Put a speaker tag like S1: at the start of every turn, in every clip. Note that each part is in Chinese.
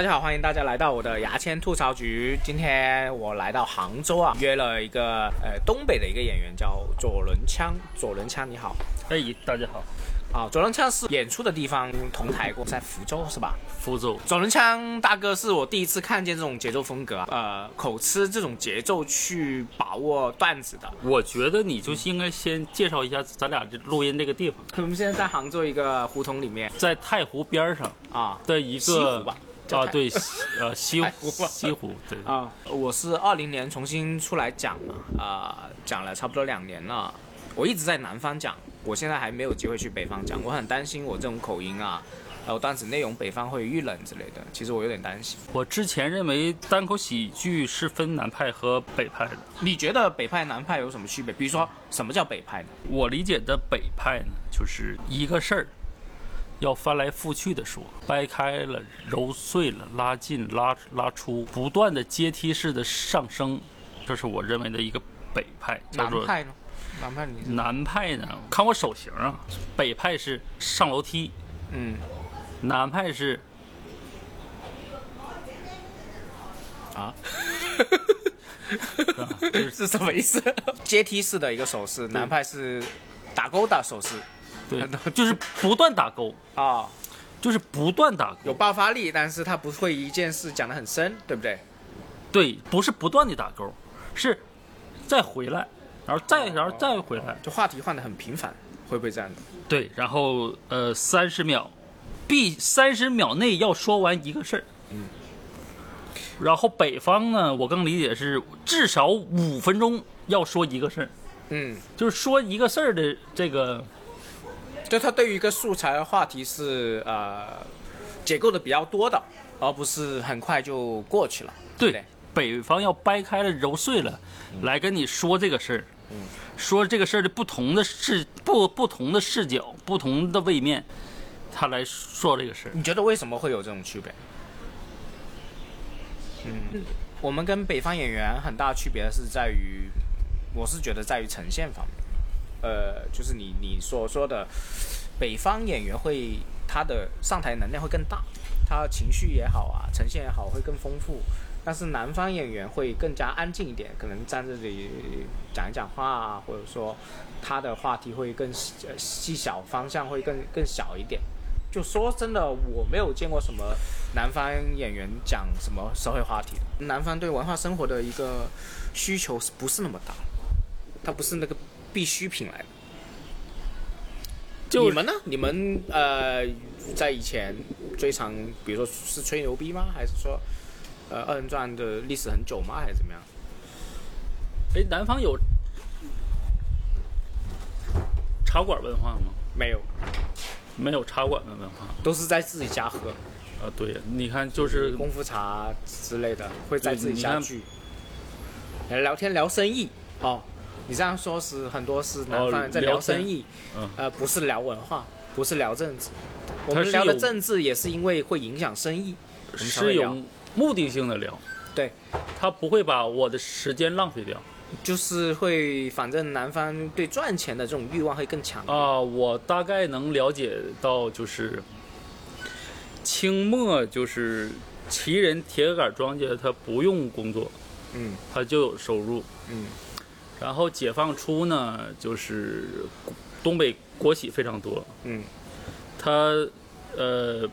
S1: 大家好，欢迎大家来到我的牙签吐槽局。今天我来到杭州啊，约了一个呃东北的一个演员叫左轮枪。左轮枪你好
S2: 哎，大家好，
S1: 啊，左轮枪是演出的地方同台过，在福州是吧？
S2: 福州
S1: 左轮枪大哥是我第一次看见这种节奏风格啊，呃，口吃这种节奏去把握段子的。
S2: 我觉得你就应该先介绍一下咱俩这录音这个地方，
S1: 我们现在在杭州一个胡同里面
S2: 在太湖边儿上
S1: 啊，
S2: 的一
S1: 西湖
S2: 个
S1: 吧叫
S2: 啊，
S1: 太
S2: 对，西呃西
S1: 太
S2: 湖
S1: 湖吧
S2: 西湖对，
S1: 啊、我是二零年重新出来讲嘛，啊、讲了差不多两年了。我一直在南方讲，我现在还没有机会去北方讲，我很担心我这种口音啊，还有段子内容北方会遇冷之类的，其实我有点担心。
S2: 我之前认为单口喜剧是分南派和北派的，
S1: 你觉得北派南派有什么区别？比如说什么叫北派呢？
S2: 我理解的北派呢，就是一个事儿。要翻来覆去的说，掰开了、揉碎了、拉近、拉拉出，不断的阶梯式的上升，这是我认为的一个北派。叫
S1: 南
S2: 做
S1: 派呢？南派你是
S2: 南派呢，看我手型啊，北派是上楼梯，
S1: 嗯
S2: 南派是
S1: 啊，
S2: 啊，就是
S1: 是什么意思？ 阶梯式的一个手势，南派是打勾的手势
S2: 对，就是不断打勾，
S1: 啊、
S2: 就是不断打
S1: 有
S2: 勾，
S1: 爆发力，但是他不会一件事讲得很深，对不对？
S2: 对，不是不断的打勾，是再回来，然后
S1: 哦
S2: 再然后再回来，
S1: 就话题换的很频繁，会不会这样的？
S2: 对，然后呃三十秒，必三十秒内要说完一个事儿。
S1: 嗯
S2: 然后北方呢，我更理解是至少五分钟要说一个事儿，
S1: 嗯，
S2: 就是说一个事儿的这个
S1: 就他对于一个素材和话题是呃解构的比较多的，而不是很快就过去了。对嗯
S2: 对，北方要掰开了揉碎了，来跟你说这个事儿，说这个事儿的不同的视不不同的视角、不同的位面，他来说这个事儿。
S1: 你觉得为什么会有这种区别？嗯，我们跟北方演员很大区别是在于，我是觉得在于呈现方面，呃，就是你你所说的北方演员会他的上台能量会更大，他情绪也好啊，呈现也好会更丰富。但是南方演员会更加安静一点，可能站这里讲一讲话啊，或者说他的话题会更细呃细小，方向会更更小一点。就说真的，我没有见过什么南方演员讲什么社会话题。南方对文化生活的一个需求是不是那么大？它不是那个必需品来的。
S2: 就
S1: 你们呢？你们呃，在以前最常，比如说是吹牛逼吗？还是说，呃，二人转的历史很久吗？还是怎么样？
S2: 哎，南方有茶馆文化吗？
S1: 没有，
S2: 没有茶馆的文化
S1: 都是在自己家喝，
S2: 啊。对，你看就是嗯
S1: 功夫茶之类的，会在自己
S2: 你
S1: 家
S2: 看
S1: 聚，聊天聊生意哦。你这样说是很多是南
S2: 哦
S1: 方人在
S2: 聊
S1: 聊生
S2: 天
S1: 意，
S2: 嗯
S1: 呃，不是聊文化，不是聊政治。我
S2: 它
S1: 们
S2: 是
S1: 聊的
S2: 有
S1: 政治也是因为会影响生意，我们才会
S2: 是
S1: 聊
S2: 有目的性的聊，
S1: 对，
S2: 他不会把我的时间浪费掉
S1: 就是会，反正南方对赚钱的这种欲望会更强。
S2: 啊。我大概能了解到就是清末就是旗人铁杆庄稼，他不用工作，
S1: 嗯
S2: 他就有收入。
S1: 嗯
S2: 然后解放初呢，就是东北国企非常多，
S1: 嗯
S2: 他呃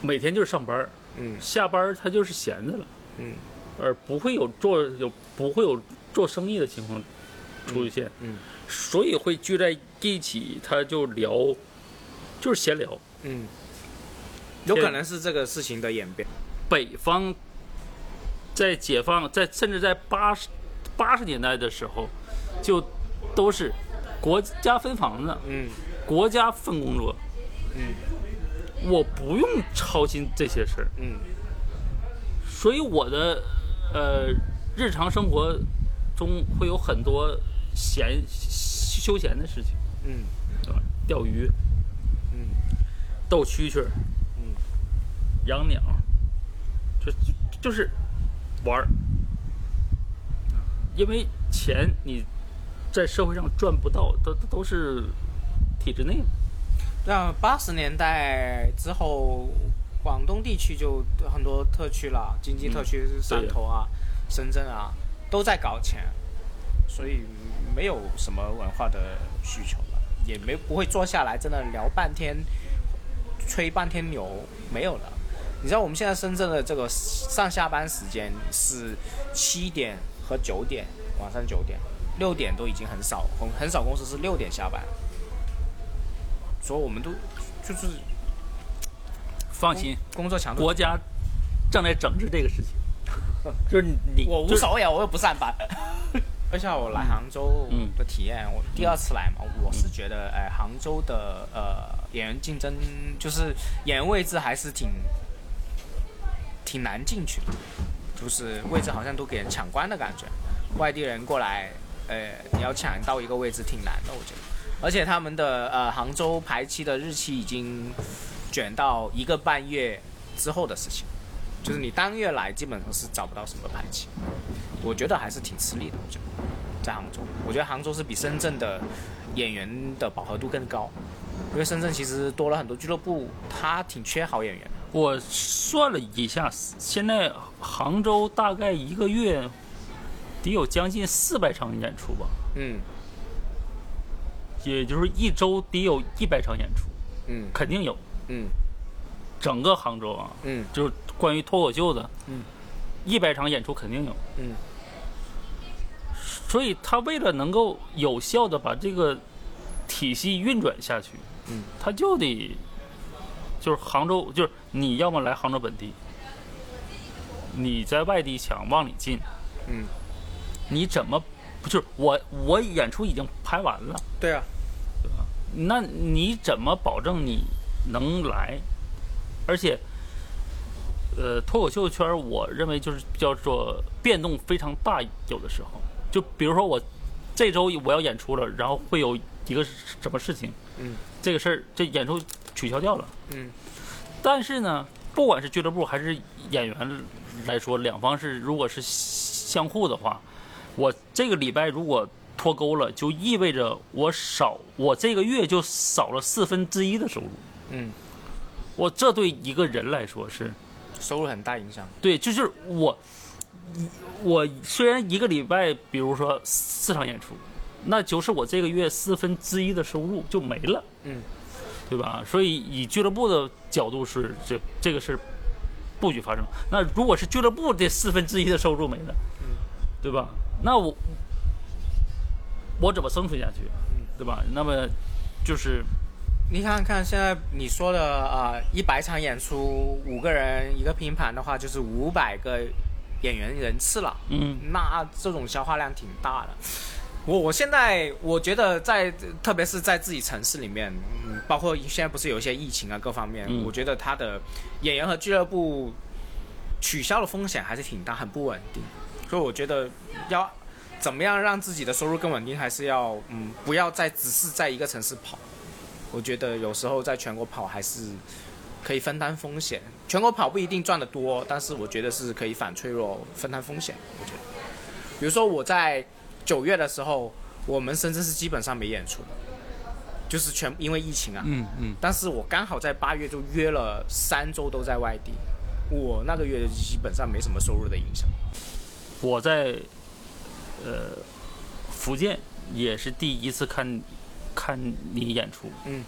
S2: 每天就是上班儿，
S1: 嗯
S2: 下班儿他就是闲着了，
S1: 嗯
S2: 而不会有做有不会有做生意的情况出现，
S1: 嗯嗯
S2: 所以会聚在一起，他就聊，就是闲聊。
S1: 嗯，有可能是这个事情的演变。
S2: 北方在解放，在甚至在八十八十年代的时候，就都是国家分房子，
S1: 嗯
S2: 国家分工作，
S1: 嗯
S2: 我不用操心这些事儿，
S1: 嗯
S2: 所以我的呃日常生活中会有很多闲休闲的事情，
S1: 嗯
S2: 对吧？钓鱼、
S1: 嗯
S2: 斗蛐蛐儿、
S1: 嗯
S2: 养鸟，就就就是玩儿。因为钱你在社会上赚不到，都都都是体制内的。
S1: 那八十年代之后，广东地区就很多特区了，经济特区、汕头啊、深圳啊，都在搞钱，所以没有什么文化的需求了，也没不会坐下来真的聊半天，吹半天牛，没有了。你知道我们现在深圳的这个上下班时间是七点和九点，晚上九点、六点都已经很少，很很少公司是六点下班，所以我们都就是
S2: 放心，
S1: 工作强度
S2: 国家正在整治这个 事情，就是你
S1: 我无所谓啊，我又不上班。 而且我来杭州
S2: 嗯
S1: 的体验，我第二次来嘛，我是觉得，哎、杭州的呃演员竞争就是演员位置还是挺挺难进去的，就是位置好像都给人抢光的感觉。外地人过来，呃，你要抢到一个位置挺难的，我觉得。而且他们的呃杭州排期的日期已经卷到一个半月之后的事情，就是你当月来基本上是找不到什么排期。我觉得还是挺吃力的。我觉得在杭州，我觉得杭州是比深圳的演员的饱和度更高，因为深圳其实多了很多俱乐部，它挺缺好演员的。
S2: 我算了一下，现在杭州大概一个月得有将近四百场演出吧，
S1: 嗯
S2: 也就是一周得有一百场演出，
S1: 嗯
S2: 肯定有。
S1: 嗯
S2: 整个杭州啊，
S1: 嗯
S2: 就是关于脱口秀的，
S1: 嗯，
S2: 一百场演出肯定有。
S1: 嗯
S2: 所以他为了能够有效的把这个体系运转下去，
S1: 嗯，
S2: 他就得就是杭州，就是你要么来杭州本地，你在外地想往里进，
S1: 嗯，
S2: 你怎么不就是我我演出已经拍完了，
S1: 对啊，
S2: 那你怎么保证你能来？而且，呃，脱口秀圈儿我认为就是叫做变动非常大，有的时候就比如说我这周我要演出了，然后会有一个什么事情，
S1: 嗯
S2: 这个事儿这演出取消掉了。
S1: 嗯
S2: 但是呢，不管是俱乐部还是演员来说，两方是如果是相互的话，我这个礼拜如果脱钩了，就意味着我少，我这个月就少了四分之一的收入。
S1: 嗯，
S2: 我这对一个人来说是
S1: 收入很大影响。
S2: 对，就是我，我虽然一个礼拜，比如说四场演出，那就是我这个月四分之一的收入就没了，
S1: 嗯，
S2: 对吧？所以以俱乐部的角度是这这个是不许发生。那如果是俱乐部这四分之一的收入没了，
S1: 嗯
S2: 对吧？那我我怎么生存下去，
S1: 嗯
S2: 对吧？那么就是
S1: 你看看现在你说的啊，一、0百场演出，五个人一个拼盘的话，就是五百个演员人次了。
S2: 嗯
S1: 那这种消化量挺大的。我我现在我觉得在，特别是在自己城市里面，嗯，包括现在不是有一些疫情啊，各方面，
S2: 嗯
S1: 我觉得他的演员和俱乐部取消的风险还是挺大，很不稳定。所以我觉得要怎么样让自己的收入更稳定，还是要嗯，不要再只是在一个城市跑。我觉得有时候在全国跑还是可以分担风险，全国跑不一定赚得多，但是我觉得是可以反脆弱、分担风险。我觉得，比如说我在九月的时候，我们深圳是基本上没演出的，就是全因为疫情啊。
S2: 嗯嗯，
S1: 但是我刚好在八月就约了三周都在外地，我那个月基本上没什么收入的影响。
S2: 我在呃福建也是第一次看看你演出。
S1: 嗯，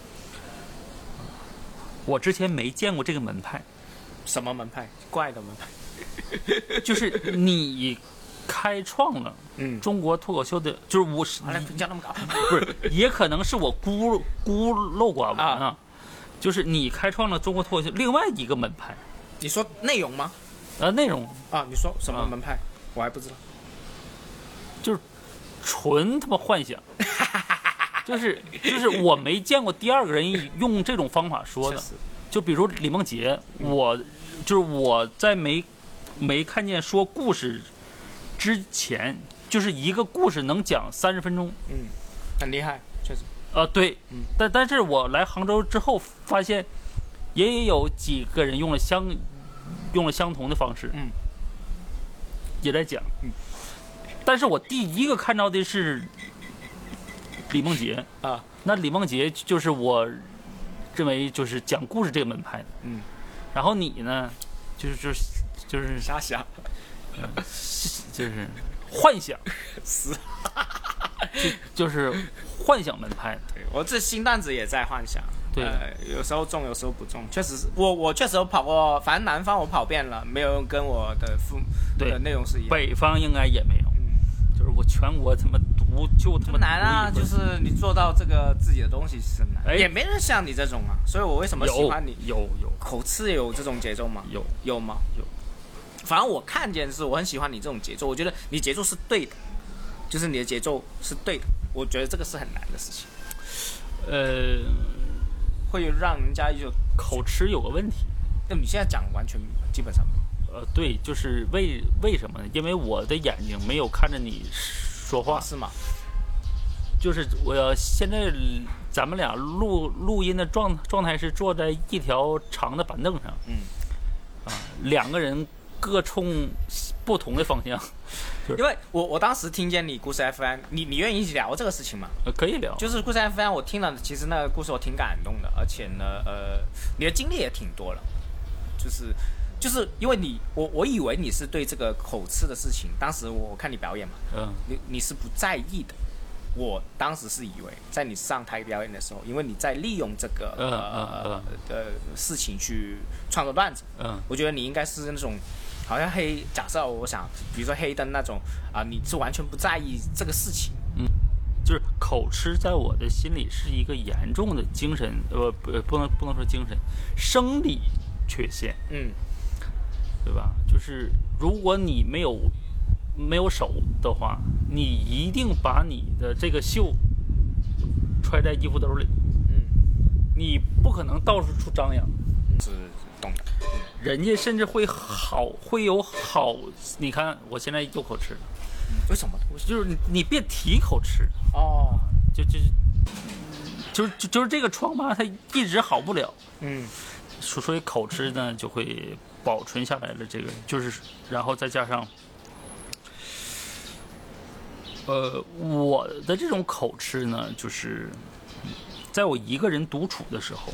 S2: 我之前没见过这个门派，
S1: 什么门派？怪的门派。
S2: 就是你开创了
S1: 嗯，
S2: 中国脱口秀的，就是我是
S1: 完了评价那么高。
S2: 不是，也可能是我孤孤陋寡闻啊。就是你开创了中国脱口秀另外一个门派，
S1: 你说内容吗？
S2: 呃，内容
S1: 啊，你说什么
S2: 啊
S1: 门派？我还不知道。
S2: 纯他妈幻想，就是就是我没见过第二个人用这种方法说
S1: 确
S2: 的。
S1: 实
S2: 就比如李梦洁，我就是我在没没看见说故事之前，就是一个故事能讲三十分钟
S1: 嗯，很厉害，确实。
S2: 啊、对
S1: 嗯，
S2: 但但是我来杭州之后发现，也有几个人用了相用了相同的方式，
S1: 嗯，
S2: 也在讲，
S1: 嗯，
S2: 但是我第一个看到的是李梦洁
S1: 啊，
S2: 那李梦洁就是我认为就是讲故事这个门派的，
S1: 嗯，
S2: 然后你呢，就是就是就是
S1: 瞎想，
S2: 就是幻想，
S1: 死，
S2: 就是幻想门派的。
S1: 对我这新段子也在幻想。
S2: 对
S1: 呃，有时候中，有时候不中，确实是我我确实有跑过，反正南方我跑遍了，没有跟我的父母
S2: 对
S1: 的内容是一样。
S2: 北方应该也没有，
S1: 嗯，
S2: 就是我全国他妈读就他
S1: 这
S2: 妈
S1: 么难啊，
S2: 读一
S1: 就
S2: 本
S1: 是你做到这个自己的东西是很难，
S2: 哎
S1: 也没人像你这种啊，所以我为什么喜欢你？
S2: 有有
S1: 口吃有这种节奏吗？
S2: 有
S1: 有吗？
S2: 有。
S1: 反正我看见是我很喜欢你这种节奏，我觉得你节奏是对的，就是你的节奏是对的，我觉得这个是很难的事情，
S2: 有，呃，
S1: 会让人家就，
S2: 口吃有个问题，
S1: 那你现在讲完全基本上没有
S2: 呃，对，就是为为什么呢？因为我的眼睛没有看着你说话，
S1: 是吗？
S2: 就是我现在咱们俩录录音的状状态是坐在一条长的板凳上，啊
S1: 嗯，
S2: 两个人各冲不同的方向，
S1: 因为我我当时听见你故事 FM，你你愿意一起聊这个事情吗？
S2: 呃可以聊。
S1: 就是故事 FM，我听了，其实那个故事我挺感动的，而且呢，呃，你的经历也挺多了，就是就是因为你，我我以为你是对这个口吃的事情，当时我我看你表演嘛，
S2: 嗯，
S1: 你你是不在意的。我当时是以为，在你上台表演的时候，因为你在利用这个
S2: 嗯
S1: 呃
S2: 嗯
S1: 呃事情去创作段子，
S2: 嗯
S1: 我觉得你应该是那种，好像黑，假设我想，比如说黑灯那种啊、你是完全不在意这个事情，
S2: 就是口吃在我的心里是一个严重的精神，呃不不能不能说精神，生理缺陷，
S1: 嗯
S2: 对吧？就是如果你没有没有手的话，你一定把你的这个袖揣在衣服兜里，
S1: 嗯，
S2: 你不可能到处张扬。
S1: 是懂的，
S2: 人家甚至会好，会有好。你看，我现在又口吃了，
S1: 为什么？
S2: 我就是你你别提口吃，
S1: 哦，
S2: 就就是就是就就是这个疮疤，它一直好不了。
S1: 嗯
S2: 所所以口吃呢就会保存下来了。这个就是，然后再加上，呃，我的这种口吃呢，就是在我一个人独处的时候，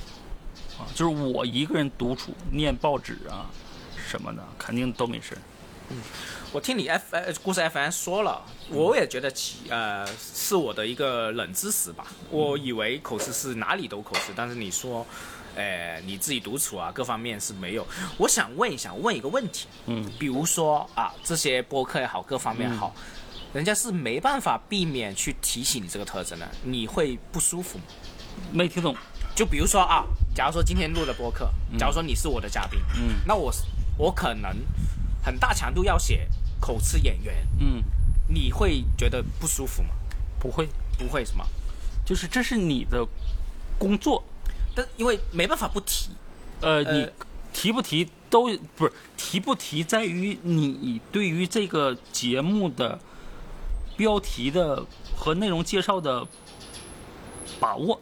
S2: 啊，就是我一个人独处念报纸啊什么的，肯定都没事儿。，
S1: 我听你 F 呃故事 FN 说了，我也觉得其呃是我的一个冷知识吧。我以为口吃是哪里都口吃，但是你说，呃你自己独处啊，各方面是没有。我想问一下，问一个问题，
S2: 嗯，
S1: 比如说啊，这些播客也好，各方面也好，人家是没办法避免去提醒你这个特征的，你会不舒服吗？
S2: 没听懂。
S1: 就比如说啊，假如说今天录的播客，假如说你是我的嘉宾，
S2: 嗯，
S1: 那我是我可能很大强度要写口吃演员，
S2: 嗯，
S1: 你会觉得不舒服吗？
S2: 不会，
S1: 不会是吗？
S2: 就是这是你的工作，
S1: 但因为没办法不提，
S2: 呃，你
S1: 呃
S2: 提不提都不是提不提，在于你对于这个节目的标题的和内容介绍的把握。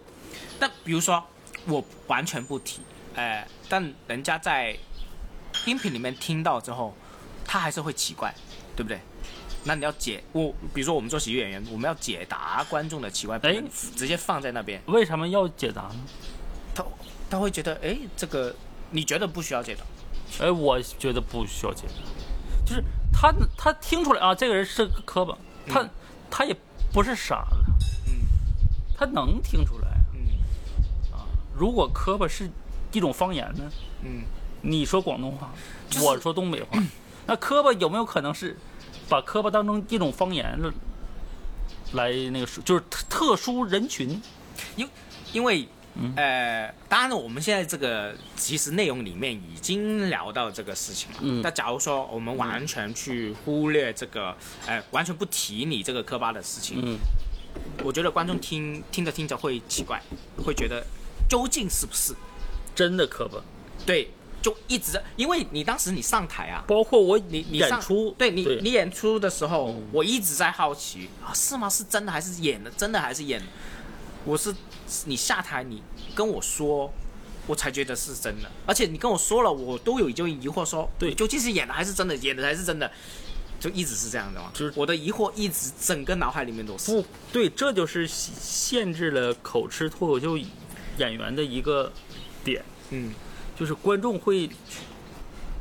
S1: 但比如说我完全不提，哎、但人家在音频里面听到之后，他还是会奇怪，对不对？那你要解我，比如说我们做喜剧演员，我们要解答观众的奇怪，不能
S2: 哎
S1: 直接放在那边，
S2: 为什么要解答呢？
S1: 他他会觉得，哎，这个你觉得不需要解答，
S2: 哎，我觉得不需要解答，就是他他听出来啊，这个人是个磕巴，他、
S1: 嗯
S2: 他也不是傻子，
S1: 嗯
S2: 他能听出来啊。
S1: 嗯
S2: 如果磕巴是一种方言呢？
S1: 嗯，
S2: 你说广东话，
S1: 就是嗯
S2: 我说东北话，那磕巴有没有可能是把磕巴当成一种方言了来那个说，就是特特殊人群？
S1: 因因为。
S2: 嗯
S1: 呃，当然了，我们现在这个其实内容里面已经聊到这个事情了。
S2: 嗯
S1: 那假如说我们完全去忽略这个，呃，完全不提你这个科巴的事情，
S2: 嗯，
S1: 我觉得观众听听着听着会奇怪，会觉得究竟是不是？
S2: 真的磕巴，
S1: 对，就一直因为你当时你上台啊，
S2: 包括我
S1: 你你上
S2: 演出，
S1: 对你
S2: 对嗯
S1: 你演出的时候，我一直在好奇啊，是吗？是真的还是演的？真的还是演的？我是你下台，你跟我说，我才觉得是真的。而且你跟我说了，我都有就疑惑说，
S2: 对
S1: 究竟是演的还是真的？演的还是真的？就一直是这样的嘛，
S2: 就是
S1: 我的疑惑一直整个脑海里面都是。
S2: 不对，这就是限限制了口吃脱口秀演员的一个点，
S1: 嗯
S2: 就是观众会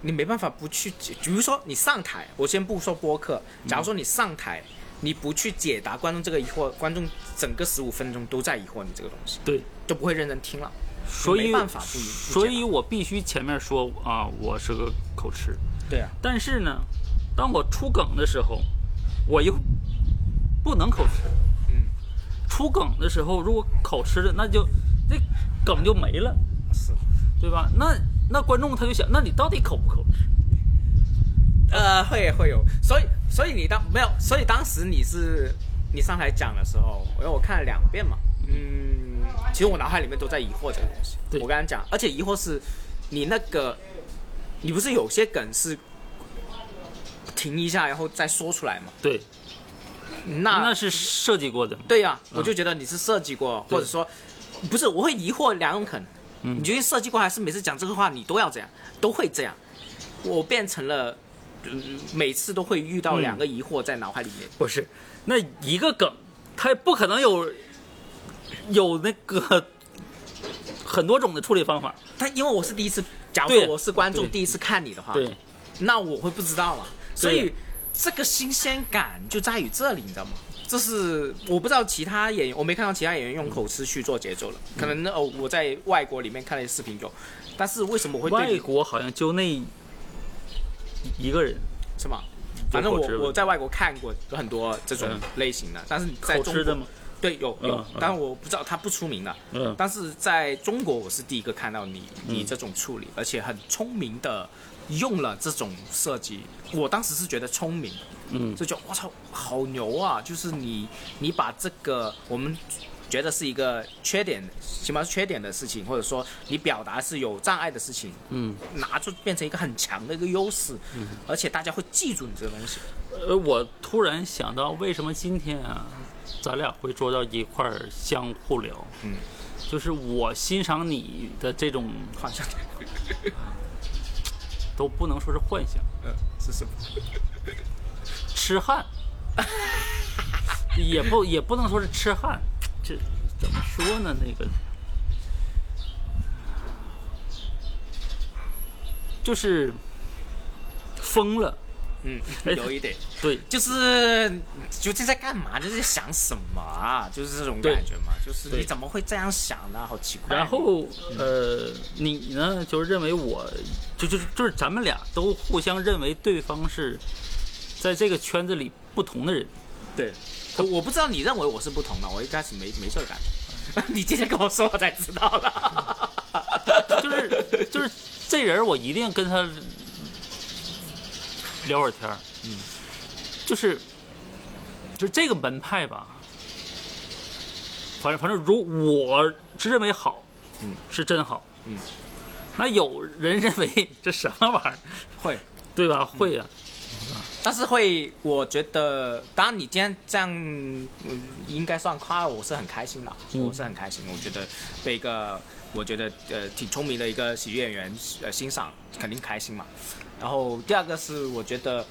S1: 你没办法不去解。比如说你上台，我先不说播客，
S2: 嗯
S1: 假如说你上台，你不去解答观众这个疑惑，观众整个十五分钟都在疑惑你这个东西，
S2: 对，
S1: 就不会认真听了。
S2: 所以
S1: 没办法不理解
S2: 所以我必须前面说啊，我是个口吃，
S1: 对啊，
S2: 但是呢，当我出梗的时候，我又不能口吃。
S1: 嗯，
S2: 出梗的时候，如果口吃了，那就这梗就没了，
S1: 是。
S2: 对吧？那那观众他就想，那你到底口不口吃？
S1: 呃，会会有，所以所以你当没有，所以当时你是你上台讲的时候，因为我看了两遍嘛，嗯，其实我脑海里面都在疑惑这个东西。
S2: 对
S1: 我刚刚讲，而且疑惑是，你那个，你不是有些梗是停一下然后再说出来嘛？
S2: 对，
S1: 那
S2: 那是设计过的。
S1: 对呀、我就觉得你是设计过，
S2: 嗯对嗯
S1: 或者说不是，我会疑惑两种可能。你究竟设计过，还是每次讲这个话你都要这样，都会这样？我变成了，呃每次都会遇到两个疑惑在脑海里面。
S2: 不是，那一个梗，它也不可能有有那个很多种的处理方法。
S1: 但因为我是第一次，假如
S2: 对
S1: 说我是观众
S2: 对
S1: 第一次看你的话，
S2: 对，
S1: 那我会不知道嘛。所
S2: 对
S1: 以这个新鲜感就在于这里，你知道吗？这是我不知道其他演员，我没看到其他演员用口吃去做节奏了。可能哦，我在外国里面看了视频有，但是为什么我会对
S2: 外
S1: 你
S2: 国好像就那一一个人，
S1: 是吗？反正
S2: 口
S1: 我
S2: 吃吧
S1: 我在外国看过很多这种
S2: 嗯
S1: 类型的，但是在
S2: 口
S1: 中
S2: 吃的
S1: 国
S2: 吗？
S1: 对有有
S2: 嗯嗯，
S1: 但是我不知道它不出名的，
S2: 嗯
S1: 但是在中国我是第一个看到你你这种处理，而且很聪明的用了这种设计，我当时是觉得聪明，
S2: 嗯，
S1: 这就我操好牛啊！就是你你把这个我们觉得是一个缺点，起码是缺点的事情，或者说你表达是有障碍的事情，
S2: 嗯，
S1: 拿出变成一个很强的一个优势，而且大家会记住你这个东西。
S2: 呃，我突然想到，为什么今天啊，咱俩会坐到一块儿相互聊？
S1: 嗯，
S2: 就是我欣赏你的这种，
S1: 幻想，
S2: 都不能说是幻想，
S1: 呃，是什么？
S2: 痴汉，也不也不能说是痴汉，这怎么说呢？那个，就是疯了，
S1: 嗯，
S2: 哎
S1: 有一点，
S2: 对，
S1: 就是究竟在干嘛？就是在想什么啊？就是这种
S2: 对
S1: 感觉嘛。就是
S2: 对
S1: 你怎么会这样想呢？好奇怪。
S2: 然后
S1: 嗯
S2: 呃，你呢，就是认为我，就就就是咱们俩都互相认为对方是在这个圈子里不同的人。
S1: 对，我我不知道你认为我是不同的，我一开始没没这个感觉。 你今天跟我说，我才知道 了。
S2: 就是就是这人，我一定跟他聊会儿天儿。嗯，就是就这个门派吧，反正反正如我是认为好，
S1: 嗯，
S2: 是真好，
S1: 嗯。
S2: 那有人认为这什么玩意儿，
S1: 会，
S2: 对吧？会啊呀、
S1: 但是会，我觉得，当然你今天这样，嗯，应该算夸我，我是很开心的，
S2: 嗯
S1: 我是很开心。我觉得被一个，我觉得呃挺聪明的一个喜剧演员呃欣赏，肯定开心嘛。然后第二个是，我觉得，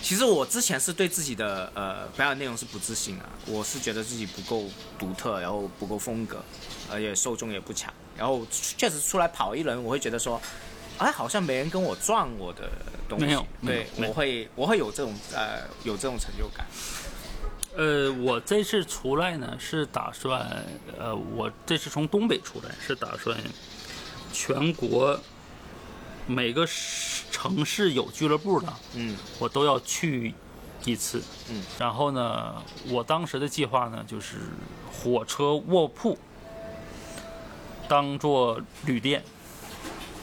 S1: 其实我之前是对自己的呃表演内容是不自信的，我是觉得自己不够独特，然后不够风格，而且受众也不强。然后确实出来跑一轮，我会觉得说，哎，好像没人跟我撞我的东西，
S2: 没有没有
S1: 对
S2: 没有
S1: 我会我会有这种呃有这种成就感。
S2: 呃，我这次出来呢是打算，呃，我这次从东北出来是打算全国每个市城市有俱乐部的，
S1: 嗯
S2: 我都要去一次。
S1: 嗯，
S2: 然后呢，我当时的计划呢就是火车卧铺当做旅店，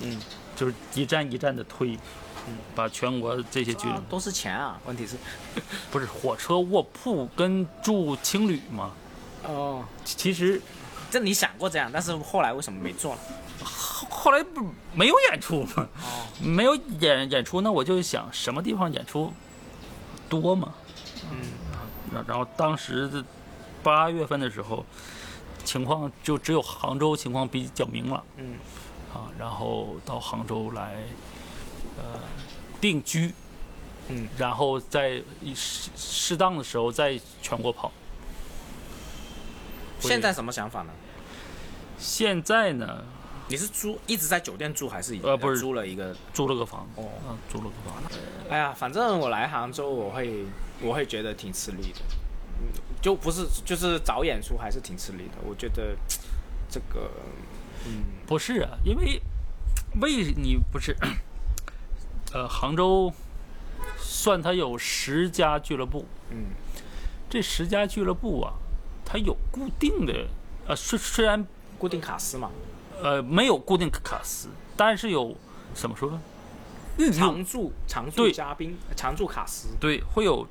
S1: 嗯，
S2: 就是一站一站的推，把全国这些俱乐
S1: 啊
S2: 部
S1: 都是钱啊，问题是
S2: 不是火车卧铺跟住青旅嘛，
S1: 哦，
S2: 其其实
S1: 这你想过这样，但是后来为什么没做了？
S2: 后来不没有演出嘛，
S1: 哦，
S2: 没有演演出，那我就想什么地方演出多嘛。
S1: 嗯
S2: 然然后当时的八月份的时候，情况就只有杭州情况比较明朗
S1: 嗯
S2: 啊，然后到杭州来呃定居，
S1: 嗯，
S2: 然后在一适适当的时候在全国跑。
S1: 现在什么想法呢？
S2: 现在呢，
S1: 你是租一直在酒店住还是已
S2: 呃不是
S1: 租了一个？
S2: 租了个房，
S1: 哦
S2: 啊，租了个房，
S1: 哎呀，反正我来杭州，我会我会觉得挺吃力的，嗯，就不是就是找演出还是挺吃力的，我觉得这个
S2: 不是啊，因为为你不是， 呃，杭州算它有十家俱乐部，
S1: 嗯
S2: 这十家俱乐部啊，它有固定的，呃，虽虽然
S1: 嗯固定卡司嘛，
S2: 呃没有固定卡司，但是有怎么说呢？运用
S1: 常驻常驻
S2: 对
S1: 嘉宾常驻卡司，
S2: 对，会有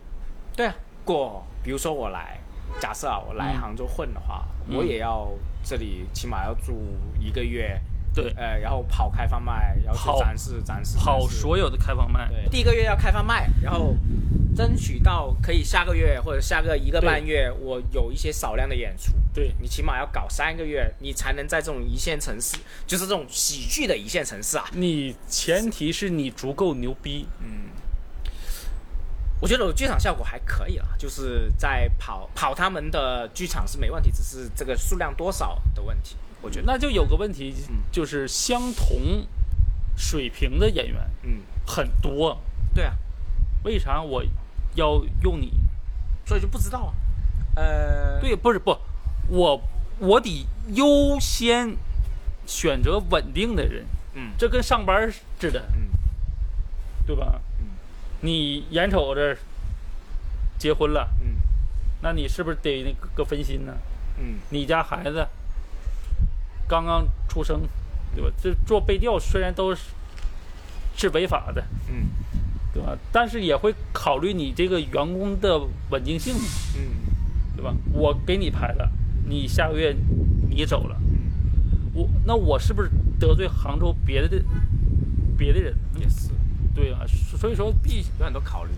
S1: 对啊，过比如说我来，假设啊我来
S2: 嗯
S1: 杭州混的话，
S2: 嗯
S1: 我也要这里起码要住一个月，
S2: 对
S1: 呃，然后跑开放麦，然后
S2: 跑
S1: 去展示展示，
S2: 跑
S1: 展示
S2: 所有的开放麦，
S1: 对，第一个月要开放麦，然后争取到可以下个月或者下个一个半月，我有一些少量的演出。
S2: 对
S1: 你起码要搞三个月，你才能在这种一线城市，就是这种喜剧的一线城市啊。
S2: 你前提是你足够牛逼，
S1: 嗯我觉得我剧场效果还可以啦，就是在跑跑他们的剧场是没问题，只是这个数量多少的问题。我觉得，
S2: 那就有个问题
S1: 嗯，
S2: 就是相同水平的演员
S1: 嗯，
S2: 很多，
S1: 对啊，
S2: 为啥我要用你？
S1: 所以就不知道啊。呃，，
S2: 对，不是不，我我得优先选择稳定的人，
S1: 嗯
S2: 这跟上班似的，
S1: 嗯
S2: 对吧？
S1: 嗯
S2: 你眼瞅着结婚了，
S1: 嗯
S2: 那你是不是得那个分心呢？
S1: 嗯，
S2: 你家孩子刚刚出生，对吧？这做背调虽然都是是违法的，
S1: 嗯
S2: 对吧？但是也会考虑你这个员工的稳定性，
S1: 嗯
S2: 对吧？我给你排了，你下个月你走了，
S1: 嗯
S2: 我那我是不是得罪杭州别的别的人？
S1: 嗯，也是。
S2: 对啊，所以说必
S1: 有很多考虑。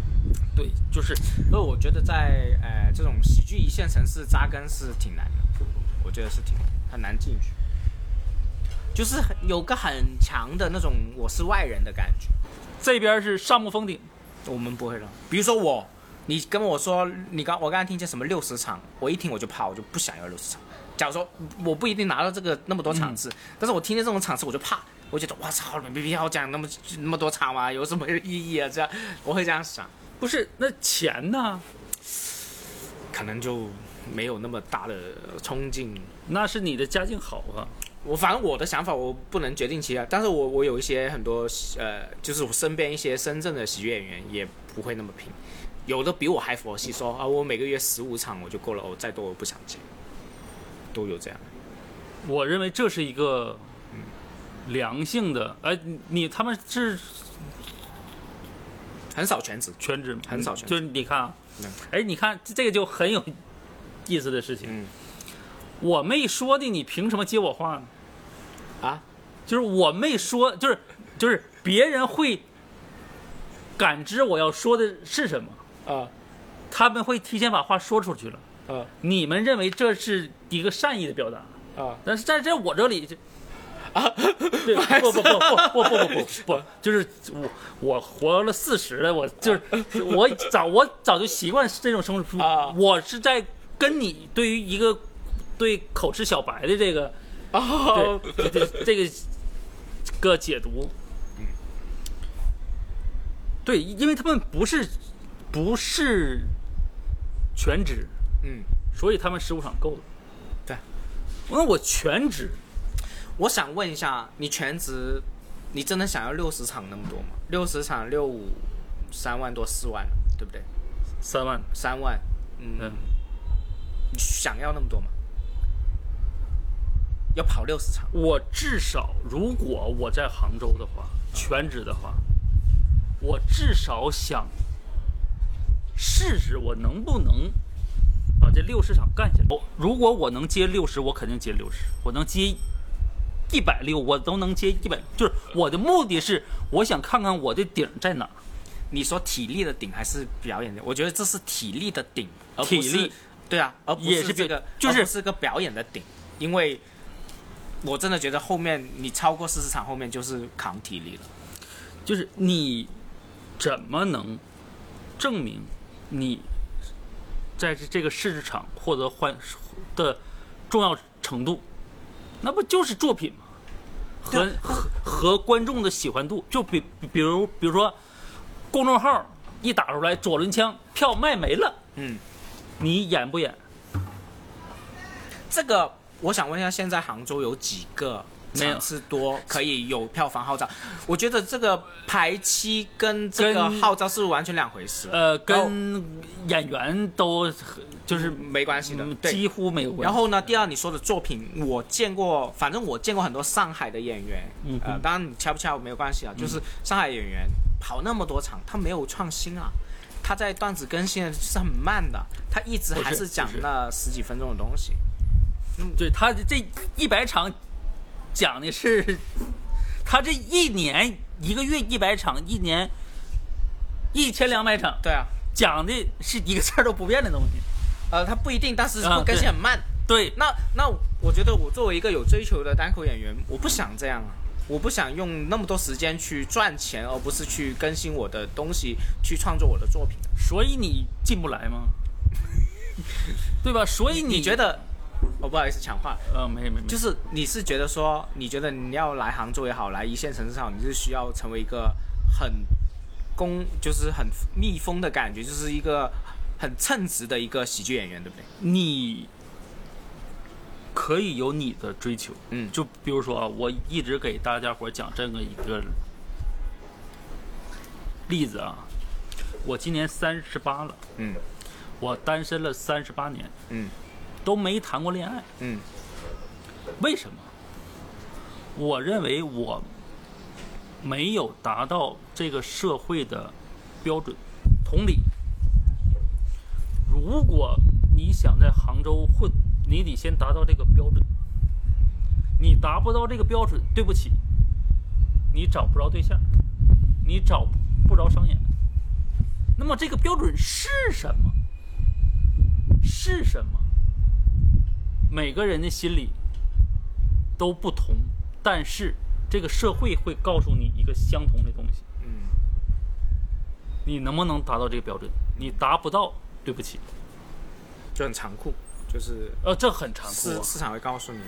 S2: 对，就是
S1: 所以我觉得在呃这种喜剧一线城市扎根是挺难的，我觉得是挺很难进去，就是很有个很强的那种我是外人的感觉。
S2: 这边是上木封顶，
S1: 我们不会让，比如说我，你跟我说你刚我刚才听见什么六十场，我一听我就怕，我就不想要六十场。假如说我不一定拿到这个那么多场次，但是我听见这种场次我就怕，我觉得我操，你没必要讲那么 那么多场嘛，有什么意义啊？这样我会这样想。
S2: 不是那钱呢？
S1: 可能就没有那么大的冲劲。
S2: 那是你的家境好啊，
S1: 我反正我的想法我不能决定其他，但是我我有一些很多呃，就是我身边一些深圳的喜剧演员也不会那么拼，有的比我还佛系说啊，我每个月十五场我就够了，我再多我不想接，都有这样。
S2: 我认为这是一个良性的。哎，你你他们是
S1: 很少全职，
S2: 全职吗？
S1: 很少全职
S2: 就是你看啊
S1: 嗯，
S2: 哎，你看这这个就很有意思的事情。
S1: 嗯
S2: 我没说的，你凭什么接我话呢？
S1: 啊，
S2: 就是我没说，就是就是别人会感知我要说的是什么，
S1: 呃
S2: 他们会提前把话说出去了。
S1: 呃
S2: 你们认为这是一个善意的表达，
S1: 呃，
S2: 但是在在我这里，对，不不不不不不不不不，就是我我活了四十了，我就是我早我早就习惯这种生活，
S1: 啊
S2: 我是在跟你对于一个对口吃小白的这个
S1: 哦，
S2: 对这这这个这个解读，
S1: 嗯
S2: 对，因为他们不是不是全职，
S1: 嗯，
S2: 所以他们十五场够了。
S1: 对，
S2: 那我全职，
S1: 我想问一下，你全职，你真的想要六十场那么多吗？六十场六五三万多四万，对不对？
S2: 三万，
S1: 三万，嗯，
S2: 嗯，
S1: 你想要那么多吗？要跑六十场，
S2: 我至少如果我在杭州的话，全职的话，我至少想试试我能不能把这六十场干下来。我如果我能接六十，我肯定接六十；我能接一百六，我都能接一百。就是我的目的是，我想看看我的顶在哪儿。
S1: 你说体力的顶还是表演的？我觉得这是体力的顶，而不
S2: 体
S1: 是
S2: 力
S1: 对啊，而不
S2: 也
S1: 是
S2: 是
S1: 这个
S2: 表，就是
S1: 而不是个表演的顶，因为我真的觉得后面你超过四十场，后面就是扛体力了。
S2: 就是你怎么能证明你在这这个市场获得欢的重要程度？那不就是作品吗？和和和观众的喜欢度，就比比如比如说，公众号一打出来左轮枪票卖没了，
S1: 嗯，
S2: 你演不演？
S1: 这个我想问一下，现在杭州有几个
S2: 没有
S1: 场次多可以有票房号召？我觉得这个排期跟这个
S2: 跟
S1: 号召是完全两回事，
S2: 呃，
S1: 哦
S2: 跟演员都很就是
S1: 没关系的
S2: 嗯，
S1: 对。
S2: 几乎没有关系。
S1: 然后呢？第二，你说的作品，我见过，反正我见过很多上海的演员，
S2: 嗯
S1: 呃，
S2: 哼嗯
S1: 当然你掐不掐我没有关系啊，就是上海演员跑那么多场，他没有创新啊，他在段子更新是很慢的，他一直
S2: 不
S1: 还
S2: 是
S1: 是讲
S2: 不是
S1: 那十几分钟的东西，
S2: 对他这一百场讲的是，他这一年一个月一百场，一年一千两百场，
S1: 对啊，
S2: 讲的是一个字儿都不变的东西。
S1: 呃，他不一定，但是
S2: 啊
S1: 会更新
S2: 对
S1: 很慢，
S2: 对，
S1: 那那我觉得我作为一个有追求的单口演员，我不想这样啊，我不想用那么多时间去赚钱，而不是去更新我的东西，去创作我的作品。
S2: 所以你进不来吗？对吧？所以
S1: 你觉？得？我、不好意思抢话，
S2: 呃，没没没，
S1: 就是是你是觉得说，你觉得你要来杭州也好，来一线城市也好，你是需要成为一个很公，就是很密封的感觉，就是一个很称职的一个喜剧演员，对不对？
S2: 你可以有你的追求。
S1: 嗯
S2: 就比如说啊，我一直给大家伙儿讲这么一个例子啊，我今年三十八了，
S1: 嗯
S2: 我单身了三十八年，
S1: 嗯
S2: 都没谈过恋爱，
S1: 嗯
S2: 为什么？我认为我没有达到这个社会的标准。同理，如果你想在杭州混，你得先达到这个标准。你达不到这个标准，对不起，你找不着对象，你找不着商演。那么这个标准是什么？是什么？每个人的心里都不同，但是这个社会会告诉你一个相同的东西。
S1: 嗯，
S2: 你能不能达到这个标准？你达不到，对不起，
S1: 就很残酷，就是
S2: 呃，这很残酷、
S1: 市
S2: 啊。
S1: 市场会告诉你，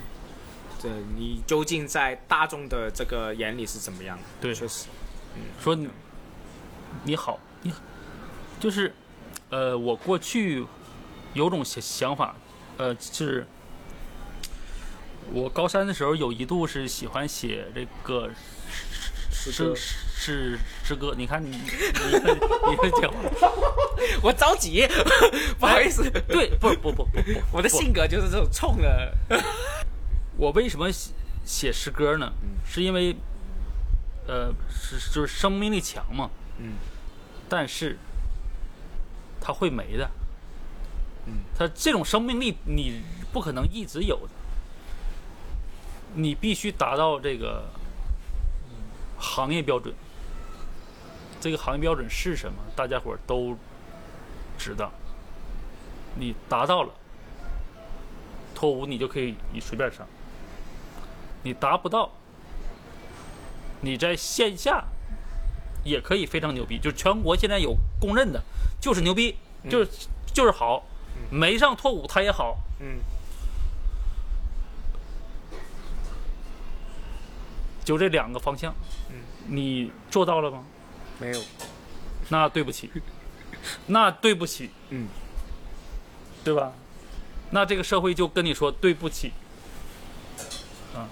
S1: 这你究竟在大众的这个眼里是怎么样的？
S2: 对
S1: 确实，
S2: 说你你好，你就是，呃，我过去有种想想法，呃，就是我高三的时候有一度是喜欢写这个诗
S1: 诗歌
S2: 诗诗诗歌。你看你你你看你看讲话，
S1: 我着急， 不好意思，
S2: 对，不不不不不，
S1: 我的
S2: 不
S1: 性格就是这种冲的。
S2: 我为什么写写诗歌呢？
S1: 嗯
S2: 是因为，呃，是就是生命力强嘛。
S1: 嗯。
S2: 但是，它会没的。
S1: 嗯。
S2: 它这种生命力你不可能一直有的，你必须达到这个行业标准。这个行业标准是什么？大家伙儿都知道。你达到了，脱五你就可以你随便上。你达不到，你在线下也可以非常牛逼，就是全国现在有公认的，就是牛逼，就是、就是好，没上脱五他也好，
S1: 嗯，
S2: 就这两个方向，
S1: 嗯
S2: 你做到了吗？
S1: 没有，
S2: 那对 不起，那对不起，
S1: 嗯，
S2: 对吧？那这个社会就跟你说对不起，啊，